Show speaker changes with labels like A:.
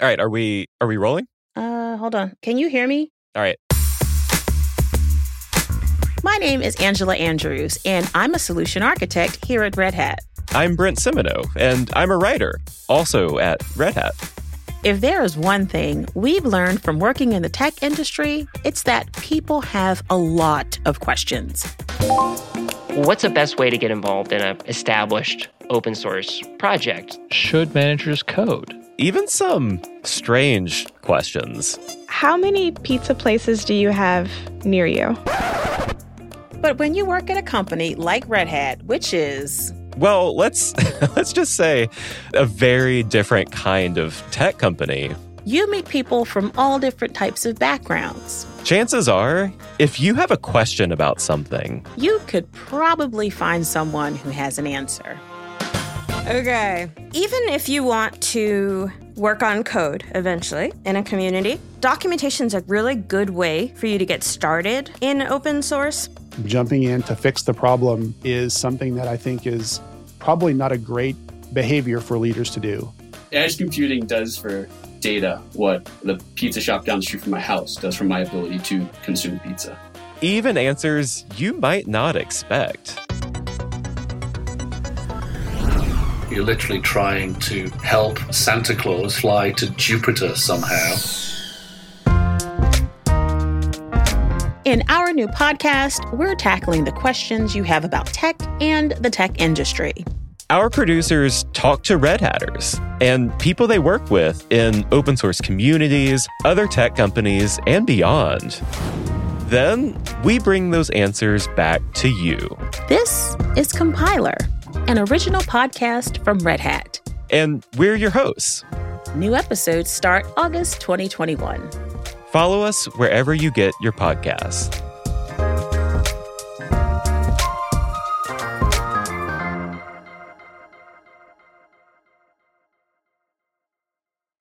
A: All right, are we are we rolling?
B: Uh, hold on. Can you hear me?
A: All right.
B: My name is Angela Andrews, and I'm a solution architect here at Red Hat.
A: I'm Brent Semino, and I'm a writer, also at Red Hat.
B: If there is one thing we've learned from working in the tech industry, it's that people have a lot of questions.
C: What's the best way to get involved in an established open source project?
D: Should managers code?
A: Even some strange questions.
E: How many pizza places do you have near you?
B: But when you work at a company like Red Hat, which is
A: Well, let's let's just say a very different kind of tech company.
B: you meet people from all different types of backgrounds,
A: Chances are, if you have a question about something,
B: you could probably find someone who has an answer.
F: Okay. Even if you want to work on code eventually in a community, documentation's a really good way for you to get started in open source.
G: jumping in to fix the problem is something that I think is probably not a great behavior for leaders to do.
H: edge computing does for data what the pizza shop down the street from my house does for my ability to consume pizza.
A: even answers you might not expect.
I: You're literally trying to help Santa Claus fly to Jupiter somehow.
B: In our new podcast, we're tackling the questions you have about tech and the tech industry.
A: Our producers talk to Red Hatters and people they work with in open source communities, other tech companies, and beyond. Then we bring those answers back to you.
B: This is Compiler, an original podcast from Red Hat.
A: And we're your hosts.
B: New episodes start August 2021.
A: Follow us wherever you get your podcasts.